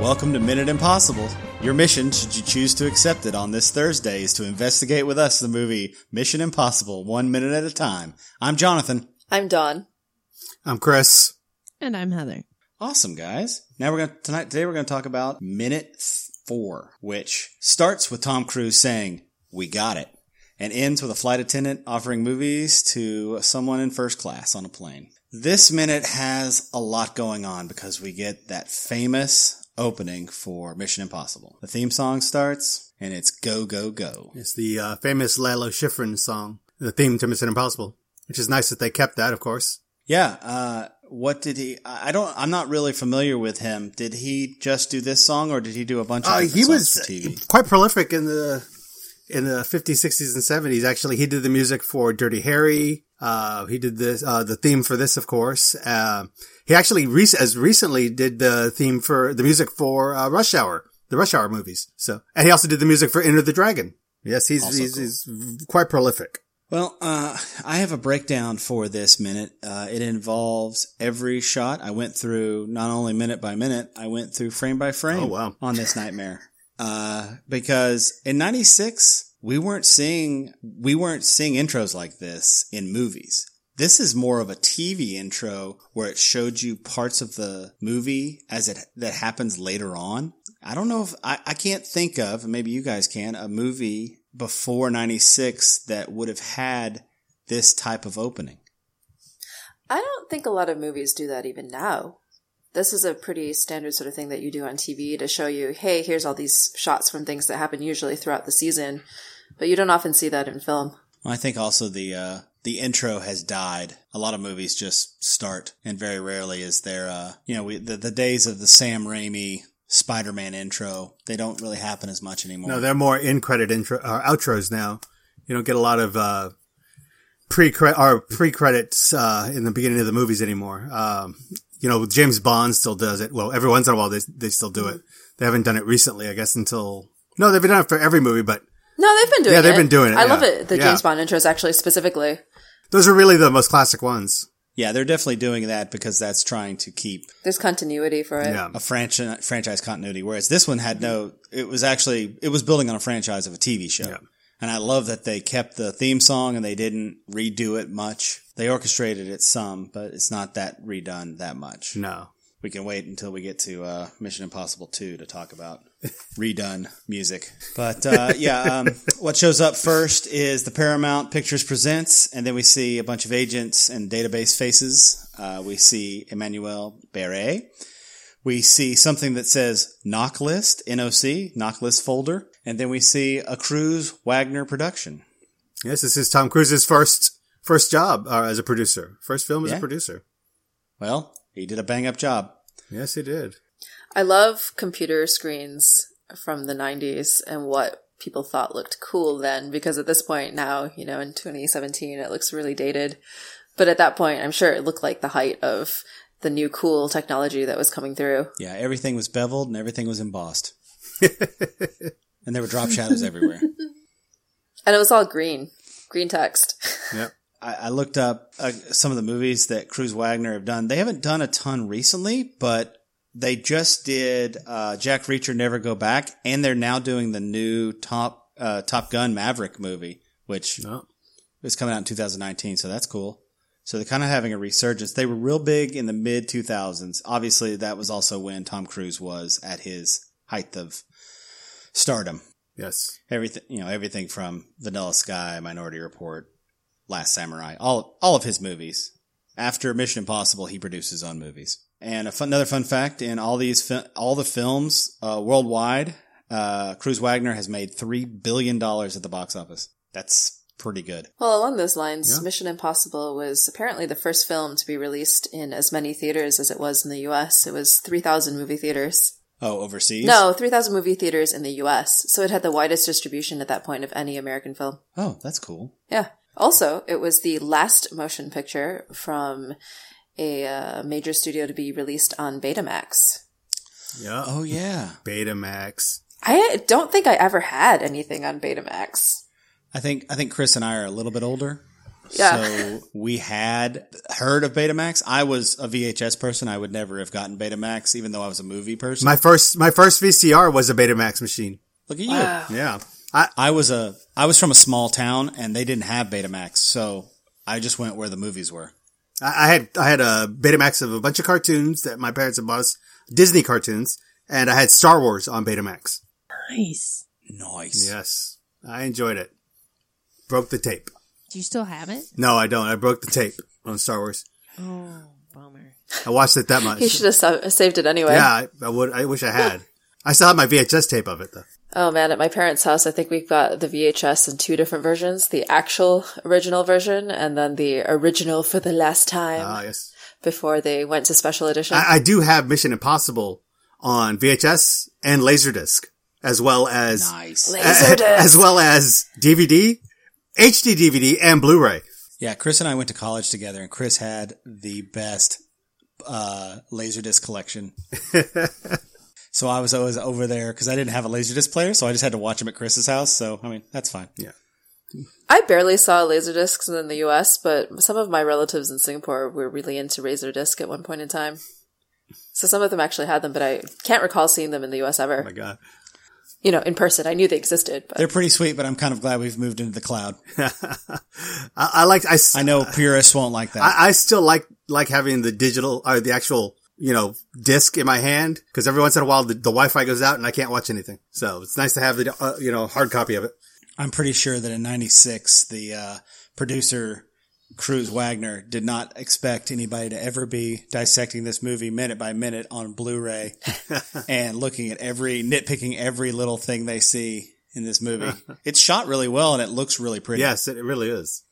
Welcome to Minute Impossible. Your mission, should you choose to accept it on this Thursday, is to investigate with us the movie Mission Impossible, one minute at a time. I'm Jonathan. I'm Dawn. I'm Chris. And I'm Heather. Awesome, guys. Now we're going to, tonight, today we're going to talk about minute four, which starts with Tom Cruise saying, we got it, and ends with a flight attendant offering movies to someone in first class on a plane. This minute has a lot going on because we get that famous opening for Mission Impossible. The theme song starts and it's go, go, go. It's the uh, famous Lalo Schifrin song, the theme to Mission Impossible, which is nice that they kept that, of course. Yeah. Uh, what did he? I I don't. I'm not really familiar with him. Did he just do this song, or did he do a bunch of? Uh, different he songs was for TV. quite prolific in the in the 50s, 60s, and 70s. Actually, he did the music for Dirty Harry. Uh, he did this uh, the theme for this, of course. Uh, he actually rec- as recently did the theme for the music for uh, Rush Hour, the Rush Hour movies. So, and he also did the music for Enter the Dragon. Yes, he's Also he's, cool. he's quite prolific. Well, uh, I have a breakdown for this minute. Uh, it involves every shot. I went through not only minute by minute, I went through frame by frame Oh, wow. on this nightmare. Uh, because in 96, we weren't seeing, we weren't seeing intros like this in movies. This is more of a TV intro where it showed you parts of the movie as it, that happens later on. I don't know if I, I can't think of, and maybe you guys can, a movie before 96 that would have had this type of opening. I don't think a lot of movies do that even now. This is a pretty standard sort of thing that you do on TV to show you, hey, here's all these shots from things that happen usually throughout the season, but you don't often see that in film. Well, I think also the uh, the intro has died. A lot of movies just start, and very rarely is there. Uh, you know, we, the the days of the Sam Raimi Spider Man intro they don't really happen as much anymore. No, they're more in credit intro or outros now. You don't get a lot of uh, pre credit or pre credits uh, in the beginning of the movies anymore. Um, you know, James Bond still does it. Well, every once in a while they they still do it. Mm-hmm. They haven't done it recently, I guess, until no, they've done it for every movie, but No, they've been doing it. Yeah, they've been doing it, I yeah. love it. The Yeah. James Bond intros actually specifically. those are really the most classic ones. yeah, they're definitely doing that because that's trying to keep There's continuity for it. Yeah. a franchise franchise continuity. Whereas this one had no. It was actually it was building on a franchise of a TV show. Yeah. And I love that they kept the theme song and they didn't redo it much. They orchestrated it some, but it's not that redone that much. No. we can wait until we get to uh, Mission Impossible 2 to talk about redone music. But uh, yeah, um, what shows up first is the Paramount Pictures Presents, and then we see a bunch of agents and database faces. Uh, we see Emmanuel Beret. We see something that says knock list, NOC, knock list folder. And then we see a Cruise Wagner production. Yes, this is Tom Cruise's first first job uh, as a producer, first film as Yeah. a producer. Well, he did a bang up job. Yes, he did. I love computer screens from the 90s and what people thought looked cool then because at this point now, you know, in 2017 it looks really dated. But at that point, I'm sure it looked like the height of the new cool technology that was coming through. Yeah, everything was beveled and everything was embossed. and there were drop shadows everywhere. And it was all green, green text. Yep. I, I looked up uh, some of the movies that Cruz Wagner have done. They haven't done a ton recently, but they just did uh, Jack Reacher Never Go Back, and they're now doing the new Top uh, Top Gun Maverick movie, which No. is coming out in 2019. So that's cool. So they're kind of having a resurgence. They were real big in the mid 2000s. Obviously, that was also when Tom Cruise was at his height of stardom Yes. everything you know everything from Vanilla Sky, Minority Report, Last Samurai, all all of his movies. After Mission Impossible, he produced his own movies. And a fun, another fun fact: in all these fi- all the films uh, worldwide, uh, Cruz Wagner has made three billion dollars at the box office. That's pretty good. well, along those lines, Yeah. Mission Impossible was apparently the first film to be released in as many theaters as it was in the US. It was 3,000 movie theaters. Oh, overseas? No, 3,000 movie theaters in the US. So it had the widest distribution at that point of any American film. Oh, that's cool. Yeah. Also, it was the last motion picture from a uh, major studio to be released on Betamax. Yeah. Oh yeah. Betamax. I don't think I ever had anything on Betamax. I think I think Chris and I are a little bit older. Yeah. So we had heard of Betamax. I was a VHS person. I would never have gotten Betamax, even though I was a movie person. My first, my first VCR was a Betamax machine. Look at you. Wow. Yeah. I, I was a I was from a small town and they didn't have Betamax, so I just went where the movies were. I I had I had a Betamax of a bunch of cartoons that my parents had bought us Disney cartoons, and I had Star Wars on Betamax. Nice. Nice. Yes, I enjoyed it. Broke the tape. Do you still have it? No, I don't. I broke the tape on Star Wars. Oh, bummer. I watched it that He much. should have sa- saved it anyway. Yeah, I, I would. I wish I had. I still have my VHS tape of it though. Oh man, at my parents' house, I think we've got the VHS in two different versions the actual original version and then the original for the last time Ah, yes. before they went to special edition. I, I do have Mission Impossible on VHS and Laserdisc, as well as Nice. Laserdisc. as well as DVD, HD DVD, and Blu-ray. Yeah, Chris and I went to college together and Chris had the best uh Laserdisc collection. so I was always over there cuz I didn't have a Laserdisc player, so I just had to watch them at Chris's house, so I mean, that's fine. I barely saw Laserdiscs in the US, but some of my relatives in Singapore were really into Laserdisc at one point in time. So some of them actually had them, but I can't recall seeing them in the US Oh my ever. god. You know, in person. I knew they existed, but They're pretty sweet, but I'm kind of glad we've moved into the cloud. I, I like I, s- I know purists won't like that. I, I still like like having the digital or the actual you know disc in my hand because every once in a while the, the Wi-Fi goes out and I can't watch anything. So it's nice to have the uh, you know hard copy of it. I'm pretty sure that in 96, the uh, producer, Cruz Wagner, did not expect anybody to ever be dissecting this movie minute by minute on Blu ray and looking at every, nitpicking every little thing they see in this movie. it's shot really well and it looks really pretty. Yes, it, it really is.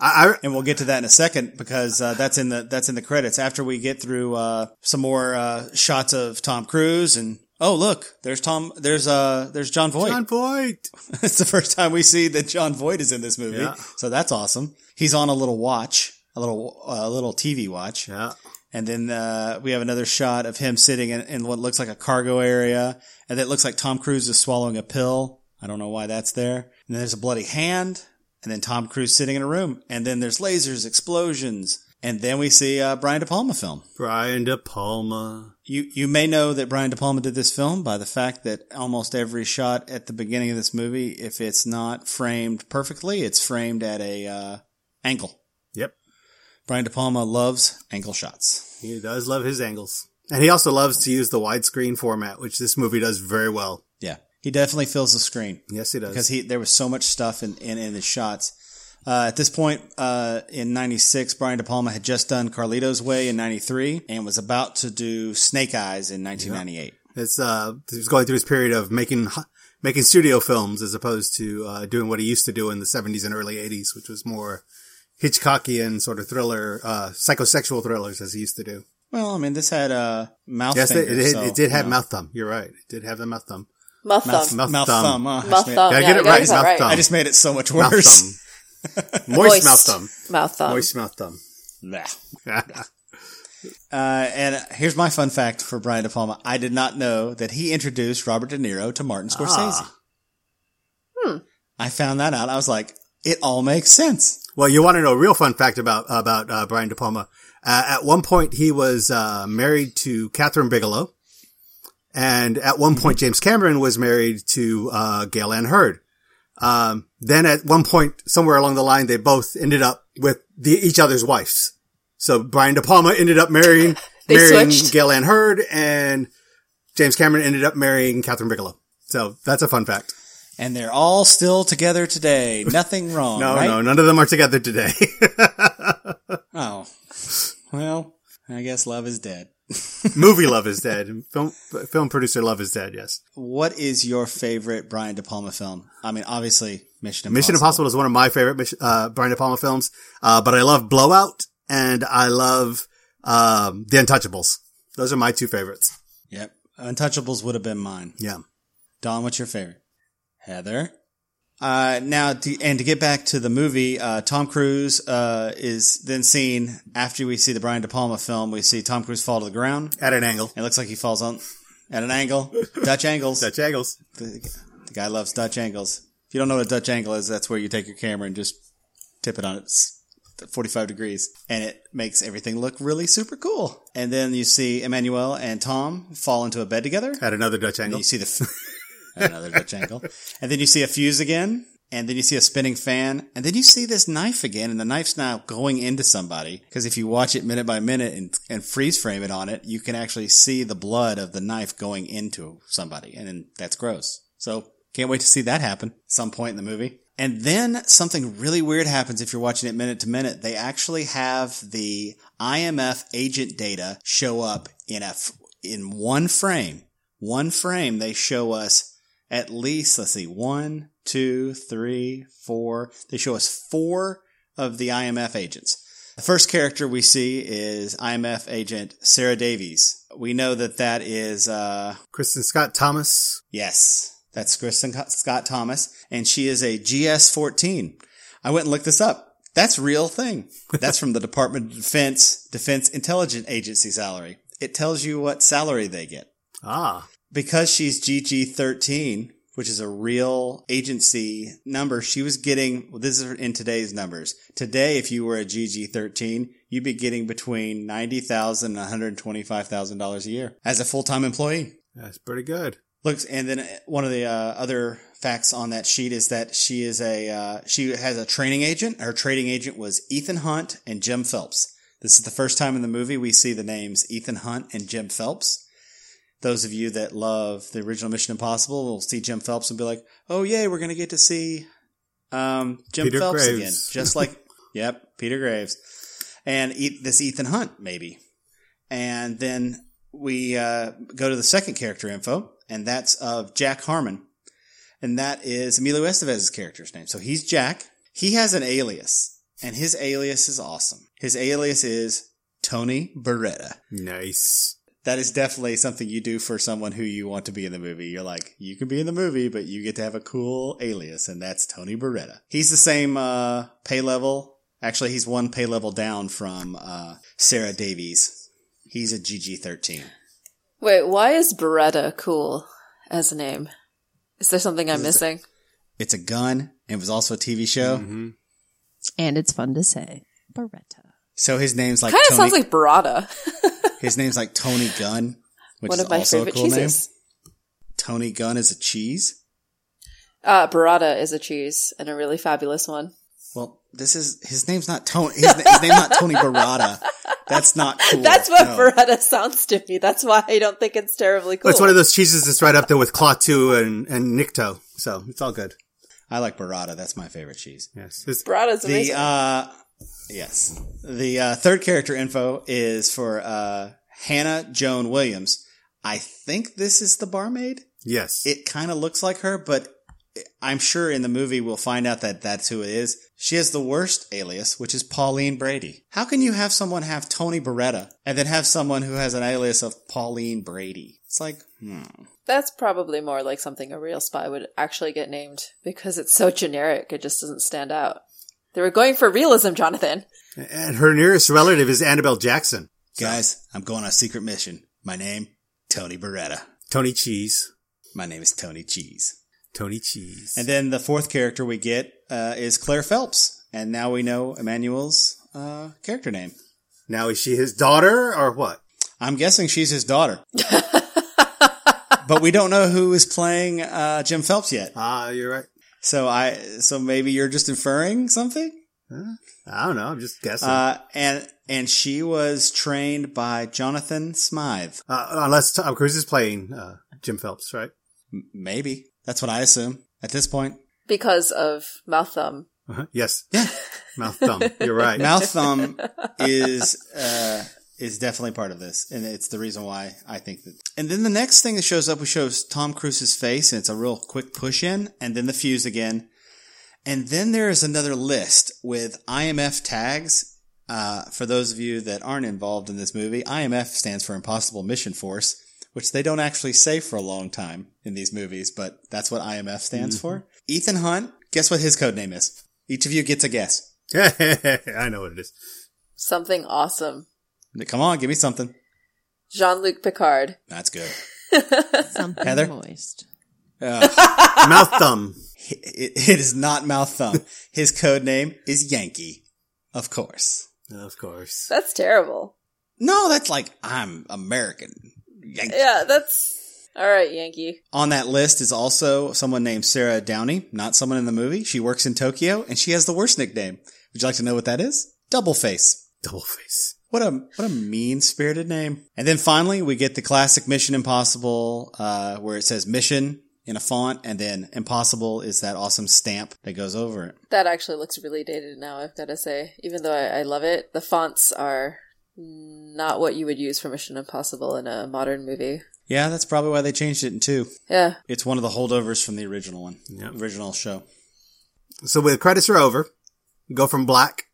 I, And we'll get to that in a second because uh, that's in the that's in the credits. After we get through uh, some more uh, shots of Tom Cruise and oh look, there's Tom, there's uh there's John I Voight. John Voight. It's the first time we see that John Voight is in this movie, Yeah. so that's awesome. He's on a little watch, a little uh, a little TV watch, Yeah, and then uh, we have another shot of him sitting in, in what looks like a cargo area, and it looks like Tom Cruise is swallowing a pill. I don't know why that's there. And then there's a bloody hand, and then Tom Cruise sitting in a room, and then there's lasers, explosions, and then we see uh, Brian De Palma film. Brian De Palma. You you may know that Brian De Palma did this film by the fact that almost every shot at the beginning of this movie, if it's not framed perfectly, it's framed at a uh, angle. Yep, Brian De Palma loves angle shots. he does love his angles, and he also loves to use the widescreen format, which this movie does very well. Yeah, he definitely fills the screen Yes, he does. because he there was so much stuff in in, in the shots. Uh, at this point, uh, in '96, Brian De Palma had just done Carlito's Way in '93 and was about to do Snake Eyes in 1998. It's uh, he's going through his period of making making studio films as opposed to uh, doing what he used to do in the seventies and early eighties, which was more Hitchcockian sort of thriller, uh, psychosexual thrillers as he used to do. Well, I mean, this had uh, mouth. Yes, it, fingers, it, so, it did have you know. mouth thumb. You're right. It did have the mouth thumb. mouth mouth, thumb. mouth, Mouth thumb. thumb. Oh, I Mouth just made- thumb. Gotta yeah, get it you gotta right, get that mouth right. thumb. I just made it so much Mouth worse. thumb. Moist Moist. mouth thumb. Mouth thumb. Moist mouth thumb. Blah. Uh, and uh, here's my fun fact for Brian De Palma. I did not know that he introduced Robert De Niro to Martin Scorsese. Ah. Hmm. I found that out. I was like, it all makes sense. Well, you want to know a real fun fact about about uh, Brian De Palma? Uh, at one point, he was uh, married to Catherine Bigelow, and at one point, James Cameron was married to uh, Gail Ann Hurd. Um, then, at one point, somewhere along the line, they both ended up with the, each other's wives. So Brian De Palma ended up marrying They marrying switched. Gail Ann Hurd, and James Cameron ended up marrying Catherine Bigelow. So that's a fun fact. And they're all still together today. Nothing wrong. No, right? no, none of them are together today. Oh, well, I guess love is dead. movie love is dead. Film film producer love is dead. Yes, What is your favorite Brian De Palma film? I mean, obviously, Mission Impossible. Mission Impossible is one of my favorite Mich- uh, Brian De Palma films. Uh, but I love Blowout and I love um, The Untouchables. Those are my two favorites. Yep. Untouchables would have been mine. Yeah, Don, what's your favorite? Heather. Uh, now, to, and to get back to the movie, uh, Tom Cruise uh, is then seen after we see the Brian De Palma film. We see Tom Cruise fall to the ground. at an angle. It looks like he falls on at an angle. Dutch angles. Dutch angles. The, the guy loves Dutch angles. If you don't know what a Dutch angle is, that's where you take your camera and just tip it on its 45 degrees and it makes everything look really super cool. And then you see Emmanuel and Tom fall into a bed together. At another Dutch And angle. you see the f- another Dutch angle, and then you see a fuse again, and then you see a spinning fan, and then you see this knife again, and the knife's now going into somebody. Because if you watch it minute by minute and, and freeze frame it on it, you can actually see the blood of the knife going into somebody, and then that's gross. So can't wait to see that happen at some point in the movie. And then something really weird happens if you're watching it minute to minute. They actually have the IMF agent data show up in a f- in one frame one frame, they show us at least, let's see, one, two, three, four. They show us four of the IMF agents. The first character we see is IMF agent Sarah Davies. We know that that is, uh, Kristen Scott Thomas. yes, that's Kristen Co- Scott Thomas, and she is a GS 14. I went and looked this up. That's a real thing. That's from the Department of Defense Defense Intelligence Agency salary. It tells you what salary they get Ah. because she's GG13, which is a real agency number, she was getting, well, this is in today's numbers. Today, if you were a GG13, you'd be getting between $90,000 and $125,000 a year as a full-time employee. That's pretty good. Looks, and then one of the uh, other facts on that sheet is that she is a uh, she has a training agent. Her trading agent was Ethan Hunt and Jim Phelps. This is the first time in the movie we see the names Ethan Hunt and Jim Phelps. Those of you that love the original Mission Impossible will see Jim Phelps and be like, "Oh yay, we're gonna get to see um, Jim Peter Phelps Graves. again," just like yep, Peter Graves, and eat this Ethan Hunt maybe, and then we uh, go to the second character info, and that's of Jack Harmon. And that is Emilio Estevez's character's name. So he's Jack. He has an alias, and his alias is awesome. His alias is Tony Beretta. Nice. That is definitely something you do for someone who you want to be in the movie. You're like, you can be in the movie, but you get to have a cool alias, and that's Tony Beretta. He's the same uh, pay level. Actually, he's one pay level down from uh, Sarah Davies. He's a GG13. Wait, why is Beretta cool as a name? Is there something I'm missing? It's a gun. It was also a TV show. Mhm. And it's fun to say. Beretta. So his name's like kind Tony, of sounds like Beretta, his name's like Tony Gunn, which one is of my also favorite a cool cheeses. name. Tony Gunn is a cheese. Uh, burrata is a cheese and a really fabulous one. Well, this is his name's not Tony. His, na- his name's not Tony Barada. That's not cool. That's what No. burrata sounds to me. That's why I don't think it's terribly cool. Well, it's one of those cheeses that's right up there with Claw 2 and, and Nikto. So it's all good. I like Barada. That's my favorite cheese. Yes. It's- Burrata's The amazing. uh, yes, the uh, third character info is for uh, Hannah Joan Williams. I think this is the barmaid. yes. it kind of looks like her, but I'm sure in the movie we'll find out that that's who it is. She has the worst alias, which is Pauline Brady. How can you have someone have Tony Beretta and then have someone who has an alias of Pauline Brady? It's like, hmm. That's probably more like something a real spy would actually get named because it's so generic. It just doesn't stand out. They were going for realism, Jonathan. and her nearest relative is Annabelle Jackson. Guys, I'm going on a secret mission. My name, Tony Beretta. Tony Cheese. My name is Tony Cheese. Tony Cheese. And then the fourth character we get uh, is Claire Phelps. And now we know Emmanuel's uh, character name. now is she his daughter or what? I'm guessing she's his daughter. but we don't know who is playing uh, Jim Phelps yet. Ah, you're right. So I so maybe you're just inferring something. I don't know. I'm just guessing. Uh, Uh, and and she was trained by Jonathan Smythe. unless Tom Cruise is playing uh, Jim Phelps, right? M- Maybe that's what I assume at this point. Because of Mouth Thumb. Uh-huh. Yes. Mouth thumb. You're right. Mouth thumb is uh, is definitely part of this, and it's the reason why I think that. And then the next thing that shows up, we shows Tom Cruise's face, and it's a real quick push in, and then the fuse again, and then there is another list with IMF tags. Uh, for those of you that aren't involved in this movie, IMF stands for Impossible Mission Force, which they don't actually say for a long time in these movies, but that's what IMF stands for. Ethan Hunt, guess what his code name is? Each of you gets a guess. I know what it is. Something awesome. Come on, give me something. Jean Luc Picard. That's good. Uh, Something Heather? moist. Mouth thumb. It, it is not mouth thumb. His code name is Yankee. Of course. Of course. That's terrible. No, that's like I'm American. Yankee. Yeah, that's all right, Yankee. On that list is also someone named Sarah Downey, not someone in the movie. She works in Tokyo and she has the worst nickname. Would you like to know what that is? Double Face. Double face. What a what a mean spirited name. And then finally we get the classic Mission Impossible, uh, where it says mission in a font, and then impossible is that awesome stamp that goes over it. That actually looks really dated now, I've got to say. Even though I, I love it, the fonts are not what you would use for Mission Impossible in a modern movie. Yeah, that's probably why they changed it in two. Yeah. It's one of the holdovers from the original one. Yep. Original show. So when the credits are over, go from black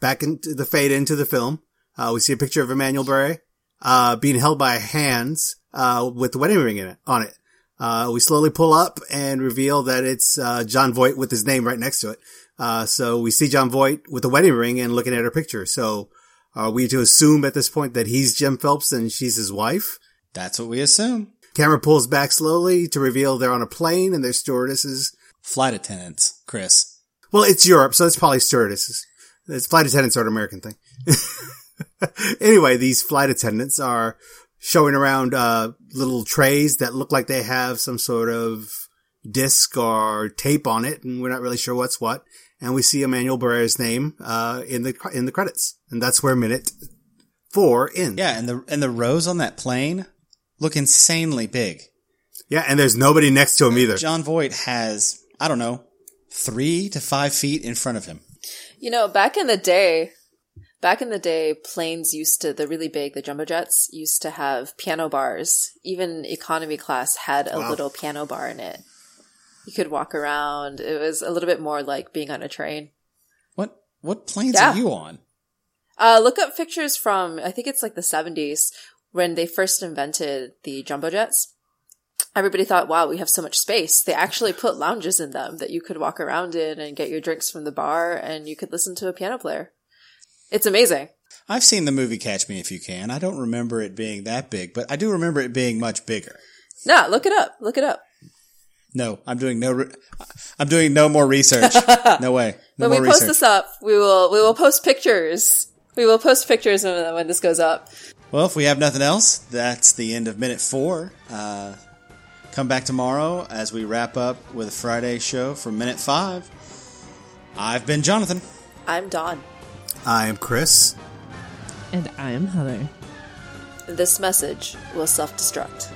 back into the fade into the film. Uh, we see a picture of Emmanuel Bray, uh, being held by hands, uh, with the wedding ring in it, on it. Uh, we slowly pull up and reveal that it's, uh, John Voight with his name right next to it. Uh, so we see John Voight with the wedding ring and looking at her picture. So are we to assume at this point that he's Jim Phelps and she's his wife? That's what we assume. Camera pulls back slowly to reveal they're on a plane and their stewardesses Flight attendants, Chris. Well, it's Europe, so it's probably stewardesses. It's flight attendants are an American thing. anyway, these flight attendants are showing around uh, little trays that look like they have some sort of disc or tape on it, and we're not really sure what's what. And we see Emmanuel Barrera's name uh, in the in the credits, and that's where minute four ends. Yeah, and the and the rows on that plane look insanely big. yeah, and there's nobody next to him either. John Voight has, I don't know, three to five feet in front of him. You know, back in the day, back in the day, planes used to, the really big, the jumbo jets used to have piano bars. Even economy class had a Wow. little piano bar in it. You could walk around. It was a little bit more like being on a train. What what planes Yeah. are you on? Uh, look up pictures from, I think it's like the 70s when they first invented the jumbo jets. Everybody thought, wow, we have so much space. They actually put lounges in them that you could walk around in and get your drinks from the bar and you could listen to a piano player. It's amazing. I've seen the movie Catch Me If You Can. I don't remember it being that big, but I do remember it being much bigger. No, look it up. Look it up. No, I'm doing no, re- I'm doing no more research. No way, no When more we post research. this up, we will we will post pictures. We will post pictures when, when this goes up. Well, if we have nothing else, that's the end of minute four. Uh, come back tomorrow as we wrap up with a Friday show for minute five. I've been Jonathan. I'm Dawn. I am Chris. And I'm Heather. This message will self destruct.